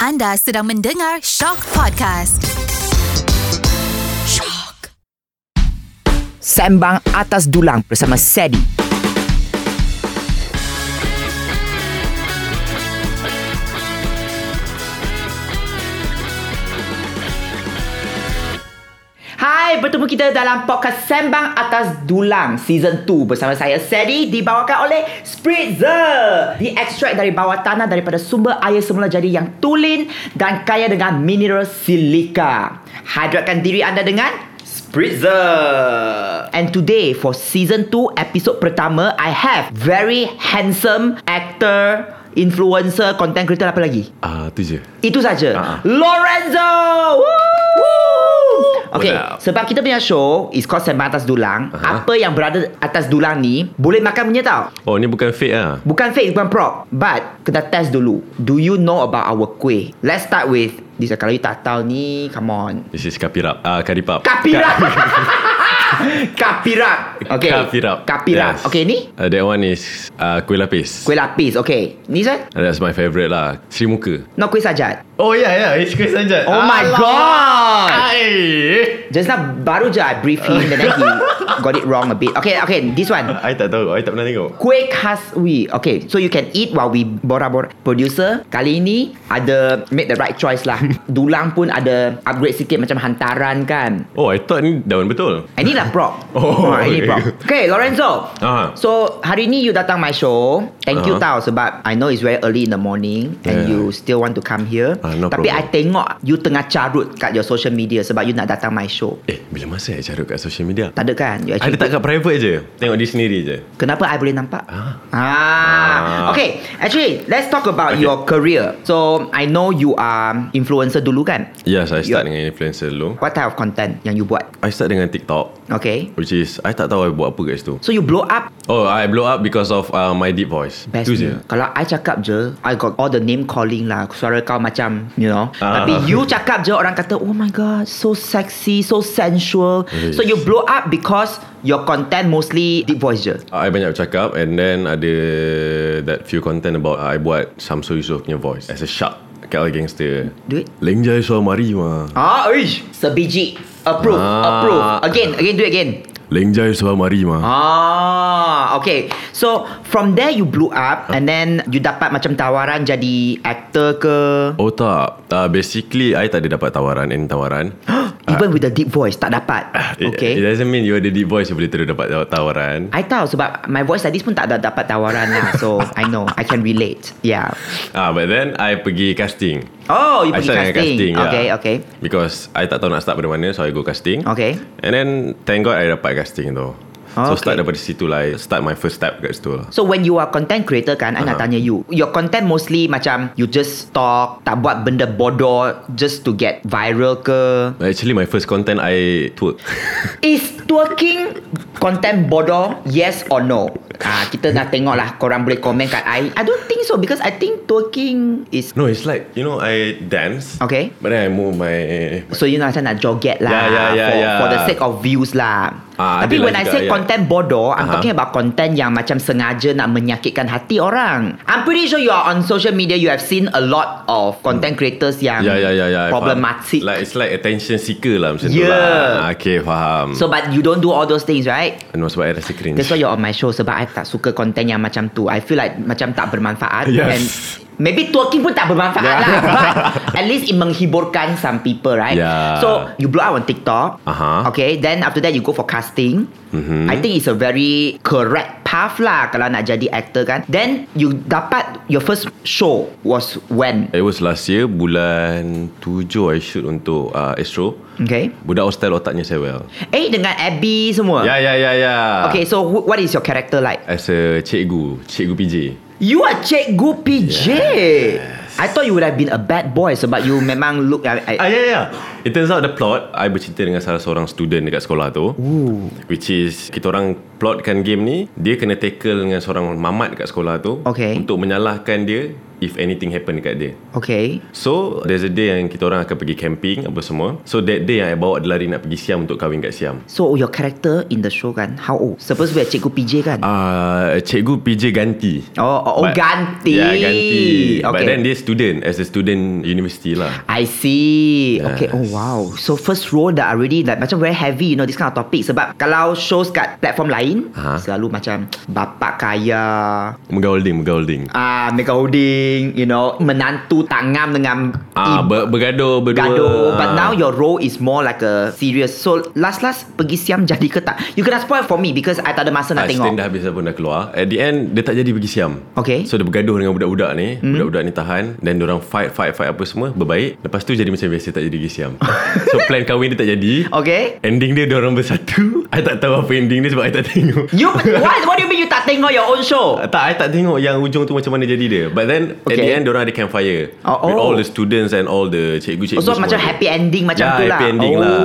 Anda sedang mendengar Shock Podcast. Shock. Sembang Atas Dulang bersama Sedi. Hai, bertemu kita dalam podcast Sembang Atas Dulang Season 2 bersama saya Sedi dibawakan oleh Spritzer. Diekstrak dari bawah tanah daripada sumber air semula jadi yang tulen dan kaya dengan mineral silika. Hidratkan diri anda dengan Spritzer. And today for season 2 episode pertama I have very handsome actor influencer content creator apa lagi? Ah, tu je. Itu saja. Ah. Lorenzo. Woo! Okay, Wow. sebab kita punya show is called Sembang Atas Dulang. Aha. Apa yang berada atas dulang ni boleh makan punya tau. Oh, ni bukan fake ah. Bukan fake, bukan prop. But kita test dulu. Do you know about our kuih? Let's start with this. Kalau you tak tahu ni, come on. This is kapirap. Ah, karipap. Kapirap. Kapirap. Okay. Kapirap. Kapirap. Yes. Okay, ni Uh, that one is uh, kuih lapis. kuih lapis. Okay. Ni Zan? That's my favourite lah. Sri Muka. No kuih sajat. Oh, yeah, yeah. It's kuih sanjat. Oh my god. I, Just now baru je I brief him and then he got it wrong a bit. Okay, okay, this one. I tak tahu. I tak pernah tengok. Kuih khas we Okay So you can eat While we borak-borak Producer Kali ini Ada Make the right choice lah Dulang pun ada Upgrade sikit Macam hantaran kan Oh, I thought ni daun betul. Eh, Inilah prop Oh, Ah, Ini prop Okay Lorenzo Ah. So hari ni you datang my show Thank you tau Ah. Sebab I know it's very early in the morning And Yeah. you still want to come here Ah, no Tapi problem. I tengok You tengah carut Kat your social media Sebab you nak datang my show Eh, bila masa I carut kat social media? Tak ada kan you I actually letak kat private je. Tengok di sendiri je. Kenapa I boleh nampak? Ah. Ah. Ah. Okay, actually let's talk about Okay. your career. So I know you are influencer dulu kan? Yes, I Yo. start dengan influencer dulu. What type of content yang you buat? I start dengan TikTok. Okay. Which is, I tak tahu I buat apa kat situ. So you blow up Oh, I blow up because of uh, my deep voice. Best Tu ni. je. Kalau I cakap je I got all the name calling lah Suara kau macam You know Ah. Tapi you cakap je Orang kata Oh my god So sexy So sensual Yes. So you blow up Because Your content mostly Deep voice je I banyak bercakap And then ada That few content about I buat Samsul Yusof punya voice As a shark Kat gangster Duit Lengjai suamari ma Ah, ish. Sebiji Approve Ah. Approve Again Again do it again Lengjai suamari ma Ah, okay. So from there you blew up and then you dapat macam tawaran jadi actor ke Oh tak uh, Basically I tak ada dapat tawaran Any tawaran even with the deep voice tak dapat. It- It Okay. doesn't mean you ada deep voice You boleh terus dapat taw- tawaran I tahu sebab my voice like this pun tak ada dapat tawaran lah. So I know I can relate. Yeah. Ah, But then I pergi casting Oh, you I pergi start dengan casting. casting yeah. okay, okay. Because I tak tahu nak start pada mana So I go casting Okay. And then Thank God I dapat casting tu So Okay. start daripada situ lah I Start my first step kat situ lah So when you are content creator kan, I nak Uh-huh. tanya you. Your content mostly macam you just talk, tak buat benda bodoh just to get viral ke? Actually my first content I twerk Is twerking content bodoh yes or no? Ah kita nak tengok lah korang boleh komen kat I. I don't think so because I think twerking is No it's like You know I dance Okay. But then I move my So you know macam nak joget lah Yeah, yeah, yeah, for, yeah. for the sake of views lah ya, Ah, Tapi ada when I lah juga, say yeah. content bodoh I'm Aha. talking about content yang macam sengaja nak menyakitkan hati orang I'm pretty sure you are on social media You have seen a lot of content creators yang Ya ya ya ya I faham. problematic Like it's like attention seeker lah Macam tu Yeah. lah Okay faham so, So but you don't do all those things right? No sebab I rasa cringe That's why you're on my show Sebab I tak suka konten yang macam tu I feel like macam tak bermanfaat Yes. And maybe twerking pun tak bermanfaat Yeah. lah But at least it menghiburkan some people right Yeah. Uh-huh. So you blow up on TikTok Aha. Okay Then after that you go for casting mm-hmm. I think it's a very correct path lah Kalau nak jadi actor kan Then you dapat your first show was when? It was last year Bulan 7 I shoot untuk uh, Astro Okay Budak hostel otaknya saya well Eh dengan Abby semua Ya ya ya ya Ah. Okay so wh- what is your character like? As a cikgu Cikgu PJ You are cikgu PJ. I thought you would have been a bad boy sebab you memang look I, I, Ah ya ya It turns out the plot I bercerita dengan salah seorang student Dekat sekolah tu Ooh. Which is Kita orang plotkan game ni Dia kena tackle dengan seorang mamat Kat sekolah tu Okay. Untuk menyalahkan dia if anything happen dekat dia. Okay So there's a day yang kita orang akan pergi camping apa semua. So that day yang I bawa dia lari nak pergi Siam untuk kahwin kat Siam. So oh, your character in the show kan How old? Supposed to be a cikgu PJ kan uh, Ah, uh, cikgu PJ ganti. Oh, oh, oh, ganti. Ya, yeah, ganti. Okay. But Okay. Ah. then dia student as a student university lah. I see yes. Okay Oh Yes. wow So first role dah already like, Macam very heavy You know this kind of topic Sebab kalau shows kat platform lain Aha. Selalu macam Bapak kaya Megaholding, megaholding. Ah, uh, mega holding, you know, menantu tangam dengan Ah, ibu ber, bergaduh berdua. gaduh. Ah. But now your role is more like a serious. So last last pergi siam jadi ke tak? You kena spoil for me because I tak ada masa nak Ah, Stand tengok. dah habis dah pun dah keluar At the end Dia tak jadi pergi Siam Okay. Hmm. So dia bergaduh dengan budak-budak ni mm. Budak-budak ni tahan Dan orang fight Fight fight apa semua Berbaik Lepas tu jadi macam biasa Tak jadi pergi Siam So plan kahwin dia tak jadi Okay. Ending dia orang bersatu I tak tahu apa ending dia Sebab I tak tengok You what? What do you mean you tak tengok your own show? tak, I tak tengok yang ujung tu macam mana jadi dia But then okay. At Okay. the end Diorang ada campfire Oh, With oh. all the students And all the cikgu-cikgu So semua macam tu. happy ending macam Ya, tu lah. happy ending oh, lah.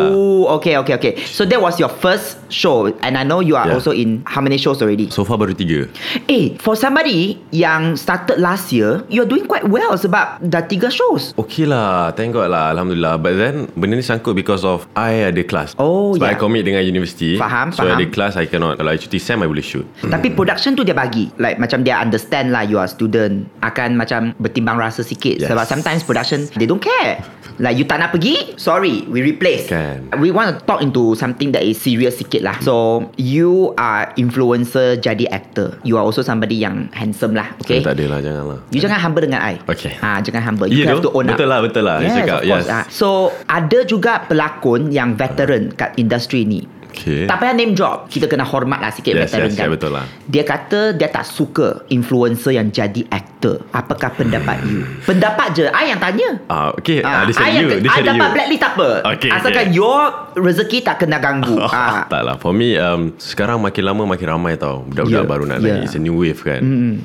okay, okay, okay. So that was your first show, and I know you are Yeah. also in how many shows already? So far baru tiga Eh, for somebody yang started last year, you're doing quite well sebab dah tiga shows. Okay lah Thank God lah Alhamdulillah But then Benda ni sangkut Because of I ada kelas Oh, Sebab ya. I commit dengan universiti Faham, So faham. I ada kelas I cannot Kalau I cuti SEM I boleh shoot Tapi production tu dia bagi Like macam dia understand lah You are student Akan macam Bertimbang rasa sikit yes. Yes. Sebab sometimes production They don't care Like you tak nak pergi Sorry We replace Kan. We want to talk into Something that is serious sikit lah So You are influencer Jadi actor You are also somebody yang Handsome lah Okay Eh, Tak adalah jangan lah You jangan humble dengan I Okay. ha, Jangan humble You Yeah, have to though. own up Betul lah, betul lah. You Yes cakap, of course yes. Ah. So Ada juga pelakon Yang veteran Kat industri ni Ah. Okay tak payah name drop Kita kena hormat lah sikit Yes, veteran yes, kan yeah, betul lah. Dia kata dia tak suka Influencer yang jadi actor Apakah pendapat you? Pendapat je I yang tanya Ah, okay, Ah, ah, dia cari I yang- you, dia I cari dapat you. blacklist tak apa Okay, Asalkan okay. your rezeki tak kena ganggu ah. Tak lah For me um, Sekarang makin lama Makin ramai tau Budak-budak Yeah, baru nak yeah. naik It's a new wave kan mm-hmm.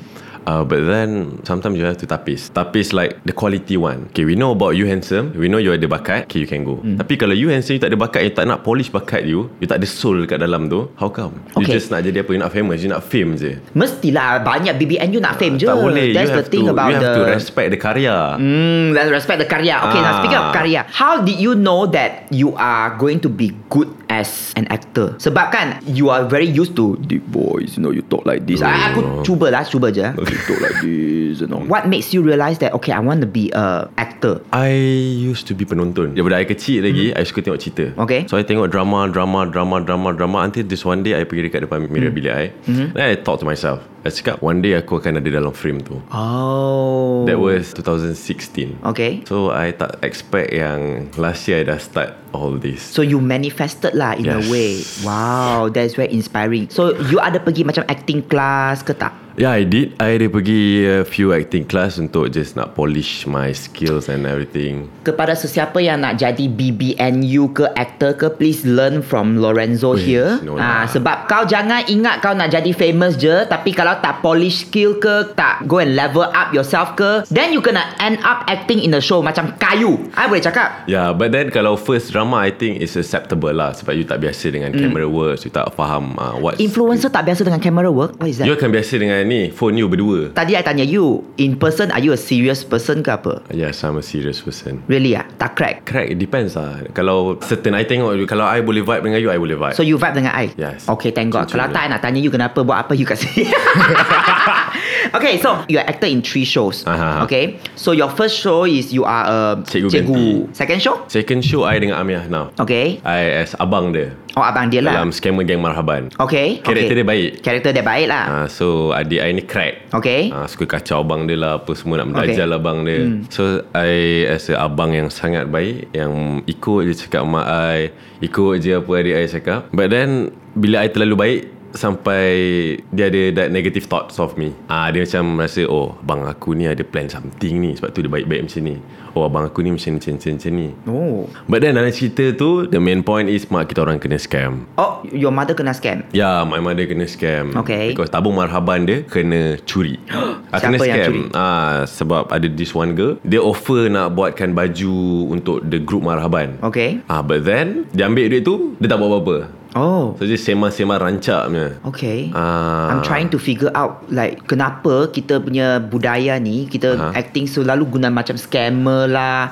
Uh, but then Sometimes you have to tapis Tapis like The quality one Okay we know about you handsome We know you ada bakat Okay you can go mm. Tapi kalau you handsome You tak ada bakat You tak nak polish bakat you You tak ada soul kat dalam tu How come You Okay. just nak jadi apa You nak famous You nak fame je Mestilah banyak BBN you nak fame je Ah, Tak boleh That's you the have thing to, about You have the to respect the karya Hmm, let's respect the karya. Okay, now Ah. speaking of karya, how did you know that you are going to be good as an actor? Sebab kan, you are very used to deep voice, you know, you talk like this. I, aku cuba lah, cuba je. You talk like this, you know. What makes you realise that, okay, I want to be a actor? I used to be penonton Daripada Ya, I kecil lagi mm. I suka tengok cerita Okay. So I tengok drama Drama Drama Drama Drama Until this one day I pergi dekat depan mirror bilik I mm-hmm. Then I thought to myself I cakap One day aku akan ada dalam frame tu Oh. That was 2016 Okay. So I tak expect yang Last year I dah start All this So you manifested lah in a Yes. way. Wow, that's very inspiring. So you ada pergi macam acting class ke tak? Yeah I did I ada pergi a few acting class Untuk just nak polish My skills and everything kepada sesiapa yang nak jadi BBNU ke actor ke please learn from Lorenzo Weh, here. no ah lah. sebab kau jangan ingat kau nak jadi famous je tapi kalau tak polish skill ke tak go and level up yourself ke then you kena end up acting in the show macam kayu. I boleh cakap. Yeah, but then kalau first drama, I think it's acceptable lah sebab you tak biasa dengan mm. camera works, you tak faham uh, what Influencer tak biasa dengan camera work. What is that? You akan biasa dengan ni Phone you berdua Tadi I tanya you in person are you a serious person ke apa? Yes I'm a Ya, serious person Really ah? Tak crack. Crack it depends lah Kalau certain I tengok you, Kalau I boleh vibe dengan you I boleh vibe So you vibe dengan I? Yes. Okay, thank God. Jujur Kalau tak, I nak tanya you kenapa buat apa you kat sini. okay, so you are actor in three shows. Aha. Okay, so your first show is you are a Uh-huh. Cikgu ganti. Second show? Second show I dengan Amir now Okay. I as abang dia Oh, abang dia lah. Dalam scammer gang Marhaban Okay. Karakter okay. dia baik Karakter dia baik lah. uh, So adik I ni crack Okay. uh, Suka kacau abang dia lah Apa semua nak Okay. mendajal okay. abang dia hmm. So I as a abang yang sangat baik Yang ikut je cakap mak I Ikut je apa adik I cakap But then Bila I terlalu baik Sampai Dia ada that negative thoughts of me Ah uh, Dia macam rasa Oh abang aku ni ada plan something ni Sebab tu dia baik-baik macam ni Oh abang aku ni macam ni macam ni macam ni Oh. But then dalam cerita tu The main point is Mak kita orang kena scam Oh, your mother kena scam. Ya, my mother kena scam. Okay. Because tabung marhaban dia kena curi. ah, Siapa kena yang scam. curi? Ah, sebab ada this one girl, dia offer nak buatkan baju untuk the group marhaban. Okay. Ah, but then dia ambil duit tu, dia tak buat apa-apa. Oh. So dia sema-sema rancak punya Okay. Ah. I'm trying to figure out like kenapa kita punya budaya ni kita Aha. acting selalu guna macam scammer lah.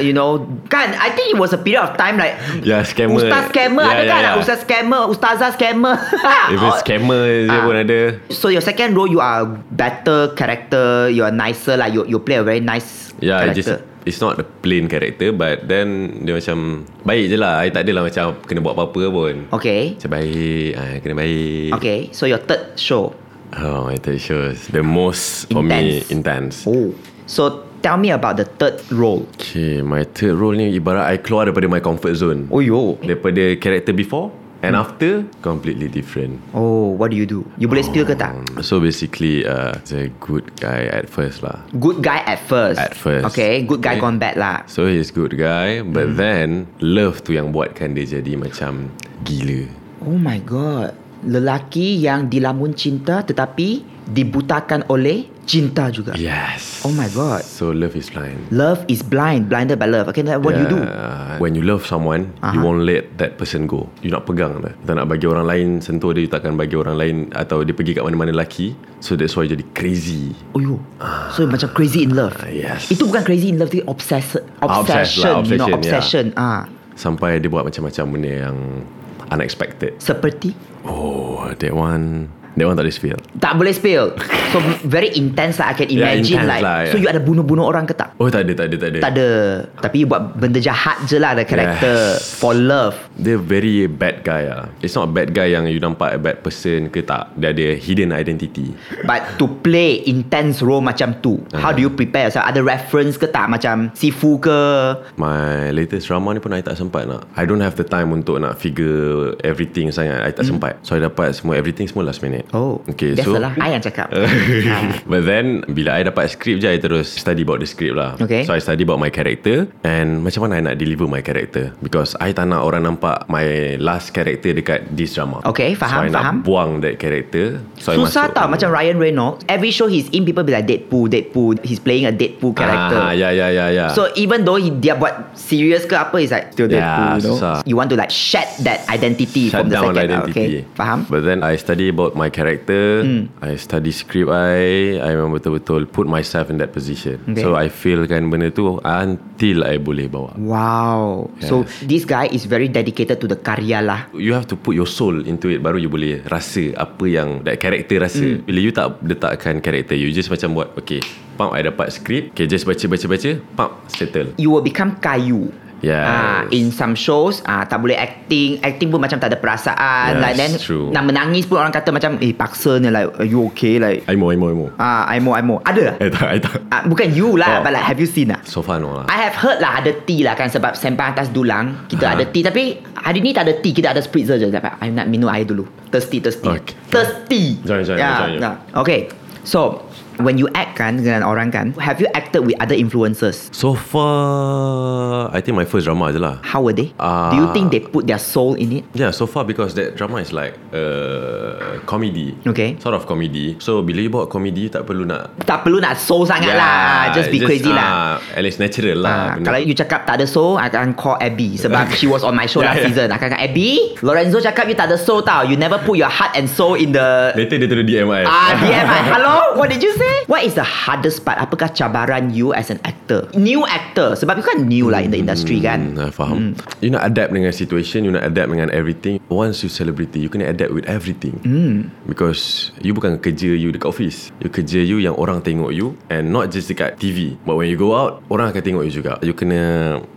you know, kan I think it was a period of time like Ya, scammer. Ustaz scammer Ya, ada ya, kan? ya. Ustaz scammer, ustazah scammer. Even Oh, scammer dia Ah. pun ada So your second role, you are better character. You are nicer lah. You you play a very nice Yeah, I Ya, just character. It's not a plain character But then Dia macam Baik je lah I tak adalah macam Kena buat apa-apa pun Okay. Macam baik ah, Kena baik Okay. So your third show. Oh my third show is The most For me Intense. Intense Oh. So tell me about the third role. Okay My third role ni Ibarat I keluar daripada My comfort zone Oh yo. Daripada character before And Hmm. after Completely different Hmm, Oh, what do you do? You boleh spill ke tak? So basically uh, He's a good guy At first lah Good guy at first. At first. Okay, good guy Okay. gone bad lah. So he's good guy Hmm. But then Love tu yang buatkan dia jadi Macam Gila Oh my god. Lelaki yang dilamun cinta tetapi dibutakan oleh cinta juga. Ya. Yes Oh my God. So love is blind Love is blind, blinded by love. Okay, like what Ya. you do? Yeah. When you love someone uh-huh. You won't let that person go You nak pegang lah You tak nak bagi orang lain Sentuh dia You takkan bagi orang lain Atau dia pergi kat mana-mana lelaki So that's why jadi crazy Oh yo. So macam crazy in love. Ah, yes. Itu bukan crazy in love, itu obsess obsession, obsessed lah, you know, obsession. obsession, Ah. Sampai dia buat macam-macam benda yang Unexpected Seperti Oh That one That one tak boleh spill tak boleh spill. So very intense lah I can Yeah, imagine intense like. lah, yeah. So you ada bunuh-bunuh orang ke tak? Oh tak ada tak ada tak ada Tak ada. Tapi you buat benda jahat je lah ada karakter Yes. for love. Dia very bad guy lah It's not a bad guy yang you nampak a bad person ke tak Dia ada hidden identity But to play intense role macam tu, Ah. uh. how do you prepare yourself? Ada reference ke tak macam Sifu ke? My latest drama ni pun I tak sempat nak I don't have the time untuk nak figure everything sangat I tak Hmm. mm. sempat So I dapat semua everything semua last minute Oh, Okay so Oh, Eh, Biasalah, Ah. I yang cakap. But then Bila I dapat script je I terus study about the script lah Okay. So I study about my character And macam mana I nak deliver my character Because I tak nak orang nampak My last character dekat this drama Okay, faham, So I faham. nak buang that character so I Susah masuk- tau macam Ryan Reynolds. Every show he's in, people be like Deadpool, Deadpool. He's playing a Deadpool character. Ah, ya ya ya ya. So even though he, dia buat serious ke apa, it's like still Yeah, Deadpool, you know. susah. You want to like shed that identity Shut from the down lah second. Ah, identity Okay, faham? Hmm. But then I study about my character I study script I I memang betul-betul Put myself in that position Okay. So I feel kan benda tu Until I boleh bawa Wow. So this guy is very dedicated to the karya lah. You have to put your soul into it Baru you boleh rasa Apa yang That character rasa Hmm. Bila you tak letakkan Character you Just macam buat Okay Pump I dapat script Okay just baca-baca-baca Pump settle you will become kayu. Yes. Ah, in some shows ah tak boleh acting, acting pun macam tak ada perasaan. Yes, like then true. nak menangis pun orang kata macam eh paksa ni like are you okay like Aimo Aimo Aimo ah I'm more I'm more. Ada? Eh tak I tak Ah, bukan you lah Oh. but like have you seen lah? So far no lah I have heard lah ada tea lah kan sebab sembang atas dulang kita Ha. ada tea tapi hari ni tak ada tea kita ada spritzer je dapat. I nak minum air dulu. Thirsty thirsty. Okay. Thirsty. Join, join, join you. nah. Okay. So when you act kan dengan orang kan have you acted with other influencers? So far I think my first drama je lah How were they? Ah. Do you think they put their soul in it? Yeah, so far because that drama is like uh, comedy. Okay. Sort of comedy. So bila you buat comedy, you tak perlu nak. Tak perlu nak soul sangat lah. Just be crazy Ya, ah, lah. At least natural lah. Ah, benda. kalau you cakap tak ada soul I akan call Abby Sebab she was on my show Yeah, last yeah. season I akan cakap Abby Lorenzo cakap you tak ada soul tau You never put your heart and soul in the Later dia terus DM I. Ah, DM I. Hello, what did you say? What is the hardest part? Apakah cabaran you as an actor? New actor. Sebab you kan new lah in the industry kan. Hmm, I faham. You nak adapt dengan situation, you nak adapt dengan everything. Once you celebrity, you kena adapt with everything. Hmm. Mm. Because you bukan kerja you dekat office. You kerja you yang orang tengok you and not just dekat TV. But when you go out, orang akan tengok you juga. You kena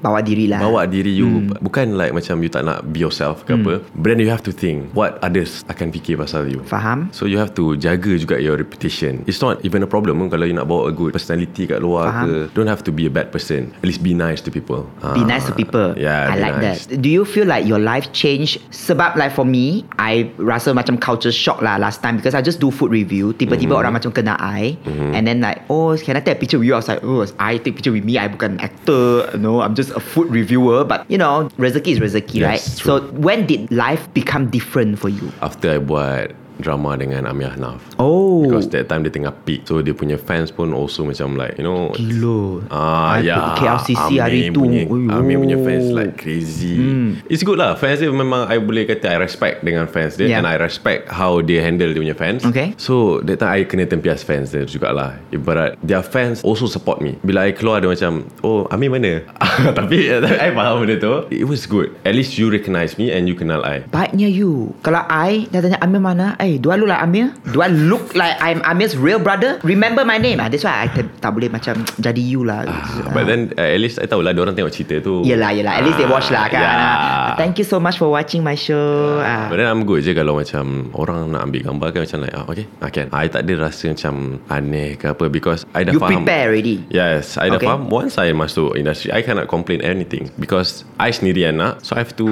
Bawa diri lah. bawa diri you hmm. bukan like macam you tak nak be yourself ke apa but then you have to think what others akan fikir pasal you Hmm. Faham? so you have to jaga juga your reputation it's not even a problem pun kalau you nak bawa a good personality kat luar Faham. Faham. ke don't have to be a bad person at least be nice to people Be Ah, nice to people. yeah I be like nice. that. Do you feel like your life changed? Sebab like for me, I rasa macam culture shock lah last time because I just do food review. Tiba-tiba Mm-hmm. orang macam kena I and then like, oh, can I take a picture with you? I was like, oh, I take picture with me. I bukan actor. No, I'm just a food reviewer. But you know, rezeki is rezeki, Yes, right? true. So when did life become different for you? after I buat drama dengan Amir Hanaf. Oh. Because that time dia tengah peak. So dia punya fans pun also macam like, you know. Gila Ah, I- ya. KLCC Amir hari tu punya, Ui, Amir punya oh. Hmm. fans like crazy. Mm. It's good lah. Fans dia memang I boleh kata I respect dengan fans dia Yeah. yeah. and I respect how dia handle dia punya fans. Okay. So that time I kena tempias fans dia jugalah. Ibarat their fans also support me. Bila I keluar dia macam, "Oh, Amir mana?" tapi I faham benda tu. It was good. At least you recognize me and you kenal I. Baiknya you Kalau I Dah tanya Amir mana Eh do I look like Amir Do I look like I'm Amir's real brother Remember my name ah, That's why I tak, tak boleh macam Jadi you lah Ah, But then uh, at least I tahu lah orang tengok cerita tu. Yelah yelah At least they watch lah kan yeah. Ah, Thank you so much for watching my show ah. But then I'm good je kalau macam orang nak ambil gambar kan macam like ah, okay, I can. I tak ada rasa macam aneh ke apa because I dah You faham. prepare already Yes, I dah Okay. okay. faham Once I masuk industri I cannot complain anything Because I sendiri yang nak So I have to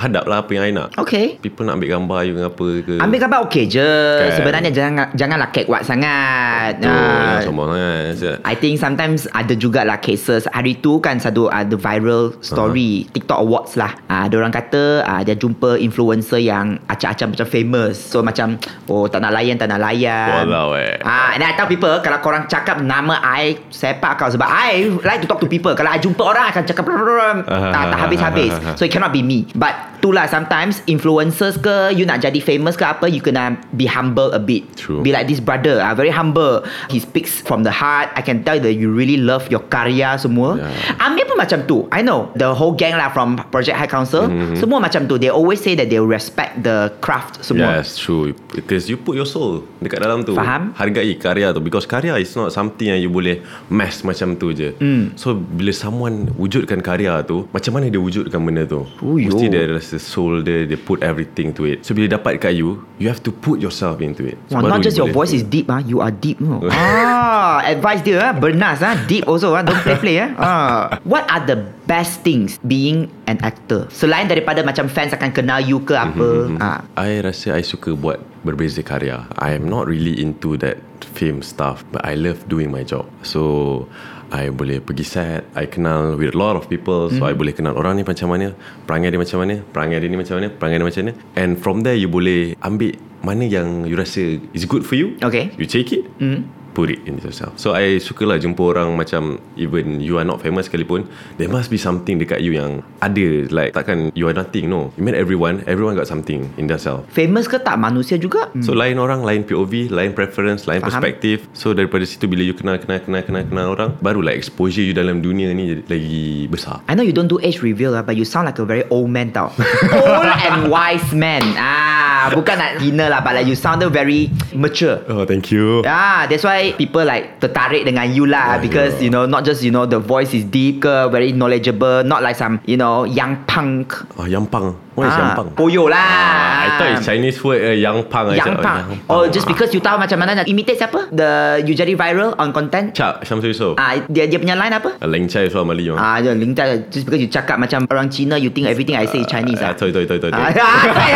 Hadap lah apa yang I nak Okay People nak ambil gambar you dengan apa ke Ambil gambar okey je Kan. Sebenarnya jangan janganlah kekuat sangat tu, Ah, Jangan sombong kan. sangat I think sometimes ada jugalah cases Hari tu kan satu ada viral story uh-huh. TikTok Awards lah uh, Diorang kata uh, dia jumpa influencer yang acam-acam macam famous So macam oh tak nak layan, tak nak layan Walau eh Ah, and I tell people Kalau korang cakap Nama I Sepak kau Sebab I like to talk to people Kalau I jumpa orang I akan cakap Tak, tak habis-habis So it cannot be me But itulah sometimes Influencers ke You nak jadi famous ke apa You kena be humble a bit True. Be like this brother ah, Very humble He speaks from the heart I can tell that you really love Your karya semua Yeah. Amir pun macam tu I know The whole gang lah From Project High Council Semua macam tu They always say that They respect the craft semua Yes, true. Because you put your soul dekat dalam tu. Faham? Hargai karya tu. Because karya is not something yang you boleh mass macam tu je. Hmm. Mm. So, bila someone wujudkan karya tu, macam mana dia wujudkan benda tu? Uyo. Mesti dia ada rasa soul dia, dia put everything to it. So, bila dapat kat you, you have to put yourself into it. Wah, Baru not just you your boleh- voice is deep ah, you are deep. No? ah, advice dia ah, bernas ah, deep also ah, don't play play ah. ah. What are the best things being an actor? Selain daripada macam fans akan kenal you ke apa? ah. I rasa I suka buat berbeza karya. I am not really into that film stuff but I love doing my job. So I boleh pergi set, I kenal with a lot of people so mm. I boleh kenal orang ni macam mana, perangai dia macam mana, perangai dia ni macam mana, perangai dia macam mana and from there you boleh ambil mana yang you rasa is good for you. Okay. You take it. Hmm. Mm put it in yourself. So I sukalah jumpa orang macam even you are not famous sekalipun, there must be something dekat you yang ada like takkan you are nothing no. You mean everyone, everyone got something in themselves. Famous ke tak manusia juga? Hmm. So lain orang, lain POV, lain preference, lain Faham. perspektif. So daripada situ bila you kenal kenal kenal kenal kenal orang, barulah exposure you dalam dunia ni jadi lagi besar. I know you don't do age reveal lah, but you sound like a very old man tau. old and wise man. Ah, bukan nak hina lah, but like you sounded very mature. Oh, thank you. Yeah, Ya, that's why people like tertarik dengan you lah because you know not just you know the voice is deep ke, very knowledgeable, not like some you know young punk. Ah, yampang. What is yampang? Poyo lah. I thought it's Chinese word uh, yangpang. I Young said, oh, punk. yampang. Or just because you tahu macam mana nak imitate siapa? The you jadi viral on content. Cak Syamsul Yusof. Ah, dia dia punya line apa? Ah, Leng Chai Suam Ali. Ah, Ah, dia link tak just because you cakap macam orang Cina, you think everything I say is Chinese ah. Sorry, sorry, sorry, sorry. Ah,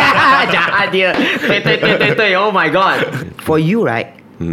Jahat dia. Tui, tui, tui, tui, tui. Oh my god. For you right,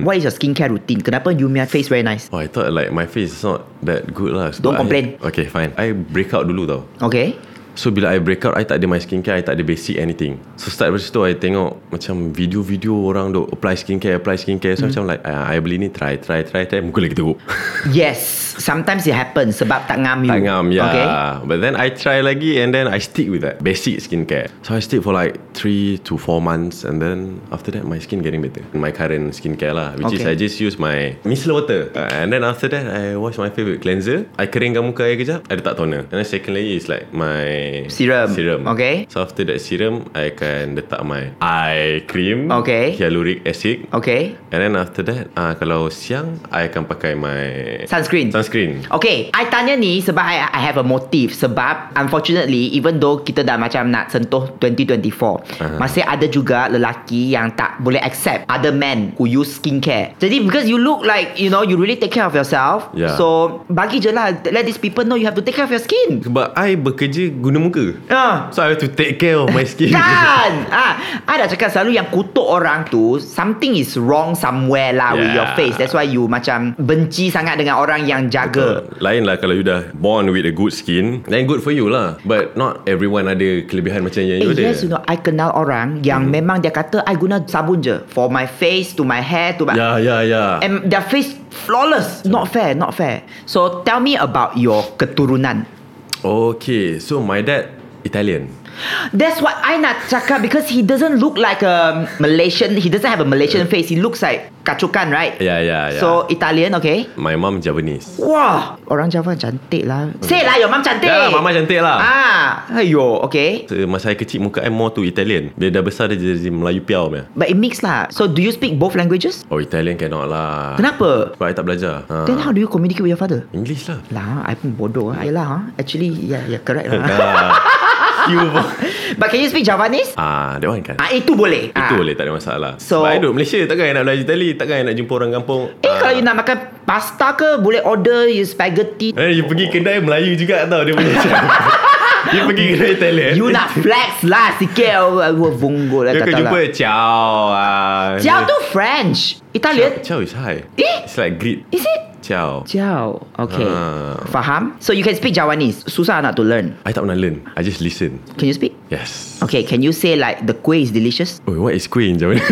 what is your skincare routine? Kenapa you punya face very nice? Oh, I thought like my face is not that good lah. Sebab Don't I- complain. Okay, fine. I break out dulu tau. Okay. So bila I break out I tak ada my skincare I tak ada basic anything So start dari situ I tengok Macam video-video orang duk Apply skincare Apply skincare Hmm. So macam like "Ah, I, I beli ni try Try try try Muka lagi teruk Yes, sometimes it happens sebab tak ngam you. Tak ngam ya Hmm. Okay. okay. But then I try lagi And then I stick with that Basic skincare So I stick for like 3 to 4 months And then After that my skin getting better My current skincare lah Which okay. is Okay. I just use my Micellar water uh, And then after that I wash my favorite cleanser I keringkan muka I kejap I letak toner And then second layer is like my Serum. Serum Okay. So after that serum I akan letak my Eye cream Okay. Hyaluric acid Okay. And then after that uh, Kalau siang I akan pakai my Sunscreen. Sunscreen Okay, I tanya ni sebab I, I have a motive sebab unfortunately even though kita dah macam nak sentuh 2024 masih ada juga lelaki yang tak boleh accept other men who use skincare. Jadi because you look like you know you really take care of yourself. Yeah. So bagi je lah let these people know you have to take care of your skin. Sebab I bekerja guna muka Ah. So I have to take care of my skin Kan ah, I dah cakap selalu yang kutuk orang tu Something is wrong somewhere lah yeah. With Yeah. your face That's why you macam Benci sangat dengan orang yang jaga. Lain lah kalau you dah born with a good skin, then good for you lah. But not everyone ada kelebihan macam yang Eh, you ada. Mm-hmm. yes, you know, I kenal orang yang memang dia kata, I guna sabun je. For my face, to my hair, to my... Ya, ya, ya. And their face flawless. Not fair, not fair. So, tell me about your keturunan. Okay, so my dad Italian. That's what I nak cakap because he doesn't look like a Malaysian. He doesn't have a Malaysian face. He looks like kacukan, right? Ya, ya, ya. So, Italian, okay? my mom Japanese. Wah, orang Java cantik lah. Say lah, your mom cantik. Ya lah, mama cantik lah. Ah, ayo, okay. So, masa saya kecil muka I more to Italian. Bila dah besar dia jadi Melayu piau punya. But it mix lah. So, do you speak both languages? Oh, Italian cannot lah. Kenapa? Sebab I tak belajar. Ha. Then how do you communicate with your father? English lah. Lah, I pun bodoh lah. Yelah, huh? actually, yeah, yeah, correct lah. Dah. you pun. But can you speak Javanese? Ah, that one kan. Ah, itu boleh. ah. Itu boleh tak ada masalah So- so, Sebab I duduk Malaysia Takkan I nak belajar Itali Takkan I nak jumpa orang kampung Eh, kalau you nak makan pasta ke, boleh order you spaghetti. Eh you pergi kedai Melayu juga tau Dia punya macam You pergi kedai Italian You nak flex lah sikit. Oh, oh, Bungo lah Dia akan kata jumpa lah. Ciao ah. Ciao tu French. Italian. Ciao is hi Eh? It's like greet Is it? Ciao Ciao. Okay. Ah. Faham? So you can speak Javanese. Susah nak to learn. I tak pernah learn I just listen Can you speak? Yes Okay, can you say like the kuih is delicious? Oh what is kuih in Japanese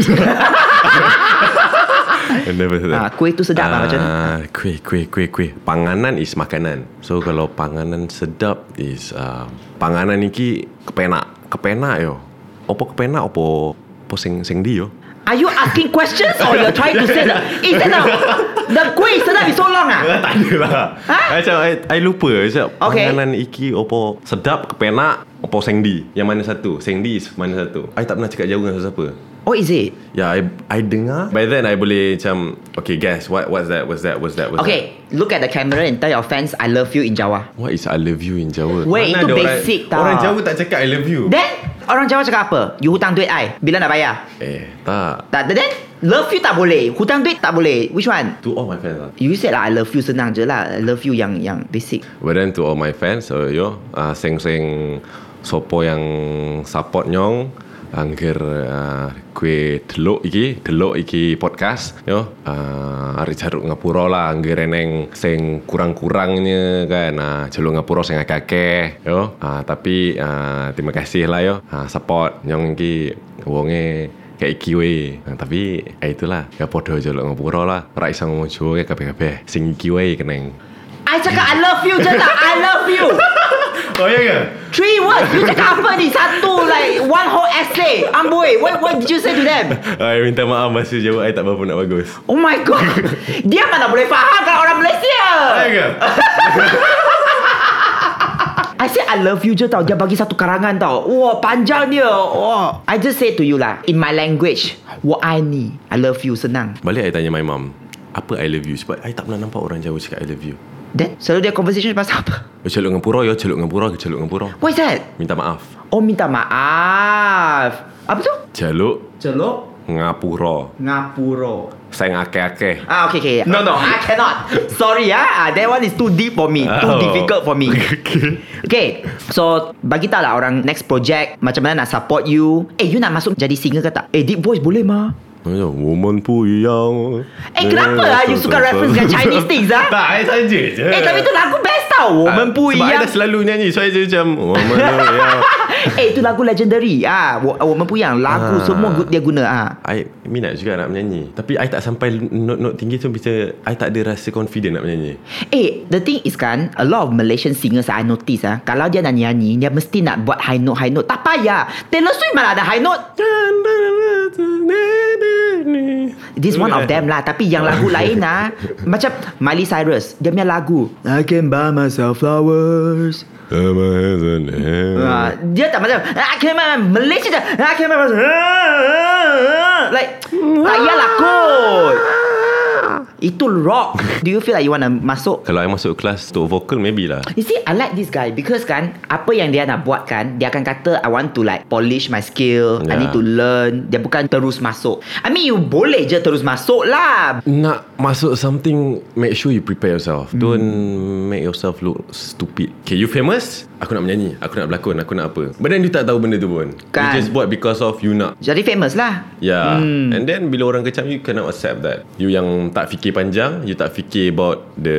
I never heard Ah, that. kuih tu sedap lah macam ni. Ah, Kuih, kuih, kuih, kuih. Panganan is makanan. So kalau panganan sedap is uh, panganan ni ki kepenak. Kepenak yo. Opo kepenak opo opo sing sing di yo. Are you asking questions or you're trying to say the is that the, the kuih sedap is so long ah? tak ada lah. Ha? Macam I, I lupa. Macam Okay. okay. panganan iki opo sedap kepenak opo sing di. Yang mana satu? Sing di is mana satu? I tak pernah cakap jauh dengan siapa-siapa. Oh, is it? Ya, yeah, I, I dengar. By then, I boleh macam, okay, guess. What, what's that? What's that? What's that? What's that? Okay, look at the camera and tell your fans I love you in Jawa. What is I love you in Jawa? Wait, Mana itu ada basic orang, tau. Orang Jawa tak cakap I love you. Then orang Jawa cakap apa? You hutang duit I bila nak bayar? eh, tak. Tak, then love you tak boleh. Hutang duit tak boleh. Which one? To all my fans lah. You said lah I love you senang je lah. I love you yang yang basic. But then to all my fans, so yo, uh, sing-sing sopo yang support nyong, angger uh, kue teluk iki, teluk iki podcast, yo, uh, hari caruk ngapura lah, angger eneng sing kurang-kurangnya kan, uh, celuk ngapura sing akeh yo, uh, tapi uh, terima kasih lah yo, uh, support nyong iki, wonge kayak iki we nah, tapi ya itulah ya podo jelok ngapura lah ra iso ngomong Jawa kayak kabeh-kabeh sing iki we keneng I cakap I love you je tak? I love you. oh iya ke Three words. You cakap apa ni? Satu like one whole essay. Amboi, what what did you say to them? I minta maaf Bahasa Jawa I tak berapa nak bagus Oh my god. Dia mana boleh faham kalau orang Malaysia. ke? I said I love you je tau Dia bagi satu karangan tau Wah panjang dia Wah I just say to you lah In my language What I ni I love you senang Balik I tanya my mum Apa I love you Sebab I tak pernah nampak orang Jawa cakap I love you Then Selalu dia conversation pasal apa Yo celuk dengan pura Yo celuk dengan pura Yo celuk dengan pura What is that Minta maaf Oh minta maaf Apa tu Jaluk Celok Ngapura Ngapuro Sayang akeh-akeh Ah okay okay No, no. I cannot Sorry ah ah, That one is too deep for me Too Oh. difficult for me Okay Okay So Bagi tahu lah orang Next project Macam mana nak support you Eh you nak masuk Jadi singer ke tak Eh deep voice boleh mah Macam woman puyang Eh, kenapa ah you suka reference dengan Chinese things, ah? Tak I saja je Eh tapi tu lagu best tau Woman Ah, Sebab I Puyang dah selalu nyanyi So I je macam Woman puyang Eh itu lagu legendary ah Wo- Woman Puyang Lagu Ah. semua gu- dia guna ah. I minat juga nak menyanyi Tapi I tak sampai Note-note tinggi tu Bisa I tak ada rasa confident nak menyanyi Eh the thing is kan A lot of Malaysian singers I notice ah Kalau dia nak nyanyi Dia mesti nak buat high note High note Tak payah Taylor Swift mana ada high note This one of them lah Tapi yang lagu lain ah Macam Miley Cyrus Dia punya lagu I can buy myself flowers Ah, dia tak macam ah, I can buy Malaysia je I can buy myself Like Tak payahlah kot Itu rock Do you feel like you want to masuk? Kalau I masuk kelas Untuk vocal maybe lah You see, I like this guy because kan apa yang dia nak buat kan, dia akan kata I want to like polish my skill, yeah. I Yeah. need to learn. Dia bukan terus masuk. I mean you boleh je terus masuk lah. Nak masuk something Make sure you prepare yourself hmm. Don't make yourself look stupid Okay you famous Aku nak menyanyi Aku nak berlakon Aku nak apa But then you tak tahu benda tu pun Kan. You just buat because of you nak Ya. Jadi famous lah. Yeah hmm. And then bila orang kecam You cannot accept that You yang tak fikir fikir panjang You tak fikir about The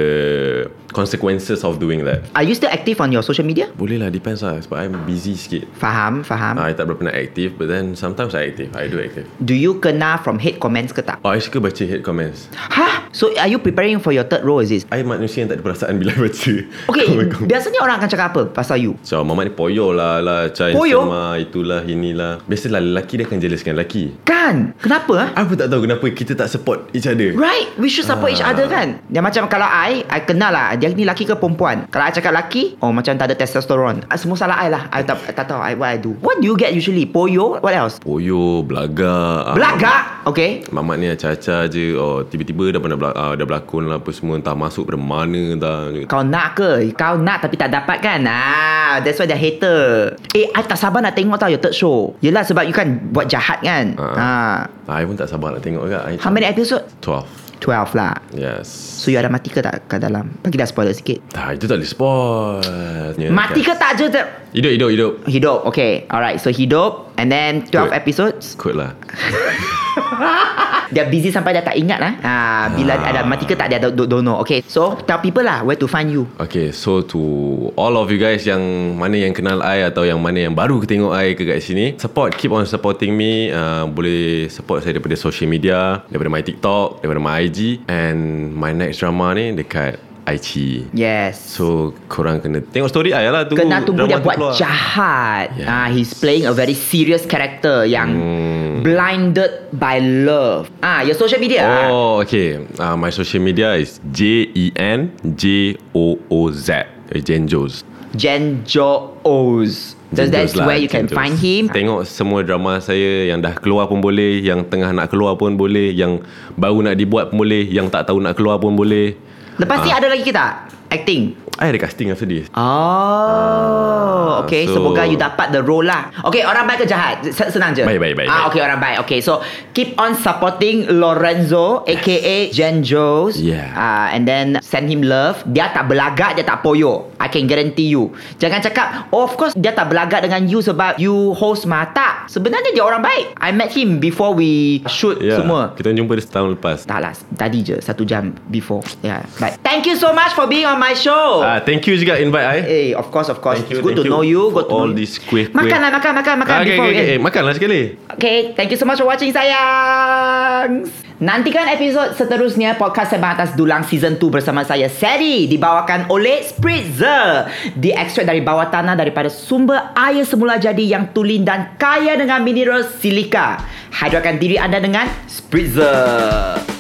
Consequences of doing that Are you still active on your social media? Boleh lah Depends lah Sebab I'm busy sikit Faham, faham. I tak berapa nak aktif But then sometimes I active I do active Do you kena from hate comments ke tak? Oh I suka baca hate comments Hah? So are you preparing for your third role is this? I manusia yang tak ada perasaan Bila baca Okay, komen-komen. biasanya orang akan cakap apa pasal you? So mamat ni poyo lah lah Cai Poyo? sama Itulah inilah Biasalah lelaki dia akan jealous kan Lelaki Kan? Kenapa? ah? Aku tak tahu kenapa Kita tak support each other Right We should support each other kan Yang macam kalau I I kenal lah Dia ni lelaki ke perempuan Kalau I cakap lelaki Oh macam tak ada testosterone Ah, Semua salah I lah I tak, tak tahu I, What I do What do you get usually? Poyo What else? Poyo Belagak ah, Belagak Okay Mamat ni acah-acah je oh, Tiba-tiba dah pernah berla- ah, dah berlakon lah apa semua Entah masuk dari mana entah kau nak ke? Kau nak tapi tak dapat kan? Ah, that's why dia hater. Eh, I tak sabar nak tengok tau your third show. Yelah sebab you kan buat jahat kan? Ah. Ah. I pun tak sabar nak tengok juga I How many episode? 12 12 lah. Yes So you ada mati ke tak kat dalam? Bagi dah spoiler sikit. Dah itu tak boleh spoil Ya, Mati kan? ke tak je tak? Hidup hidup hidup Hidup, okay. Alright, so hidup and then 12 Good. episodes. Kot lah Dia busy sampai dia tak ingat lah. Ah, bila Ah. ada mati ke tak dia don't, don't know. Okay, so tell people lah where to find you. Okay so to All of you guys Yang mana yang kenal I Atau yang mana yang baru Tengok I ke kat sini Support Keep on supporting me uh, Boleh support saya Daripada social media Daripada my TikTok Daripada my IG And My next drama ni Dekat IG Yes. So korang kena Tengok story I lah Tunggu Kena tunggu drama dia tu buat keluar. jahat. Yes. Hmm. Ah, he's playing a very serious character yang blinded by love. Ah, your social media. ah. Oh okay uh, My social media is E J-E-N-J-O-O-Z Eh, Jenjos Jen Jo Oz. So Jenjos that's lah, where you can Jenjos. find him. Tengok semua drama saya Yang dah keluar pun boleh Yang tengah nak keluar pun boleh Yang baru nak dibuat pun boleh Yang tak tahu nak keluar pun boleh Lepas Ah. ni ada lagi ke tak? Acting. I ada casting lah, after this Oh, Ah, okay. so- Semoga you dapat the role lah. Okay, orang baik ke jahat? Se- Senang je. Baik, baik, baik, Ah, baik. okay, orang baik. Okay, so keep on supporting Lorenzo, aka Jen Jones. Yeah. Ah, and then send him love. Dia tak belagak, dia tak poyo. I can guarantee you. Jangan cakap, oh, of course dia tak belagak dengan you sebab you host mah. Tak. Sebenarnya dia orang baik. I met him before we shoot Ya, semua. Kita jumpa dia setahun lepas Tak lah, tadi je satu jam before. Yeah. But thank you so much for being on my show. Ah, Thank you juga invite I Eh, of course, of course. Thank you, It's good to thank you know you. Good for to know all you. this kuih-kuih. Makanlah, makan, makan, makan. Ah, okay, before okay, we okay. Eh, end. makanlah sekali okay, thank you so much for watching, sayang. Nantikan episod seterusnya podcast Sembang Atas Dulang Season 2 bersama saya, Seri. Dibawakan oleh Spritzer. Diekstrak dari bawah tanah daripada sumber air semula jadi yang tulen dan kaya dengan mineral silika. Hadirkan diri anda dengan Spritzer.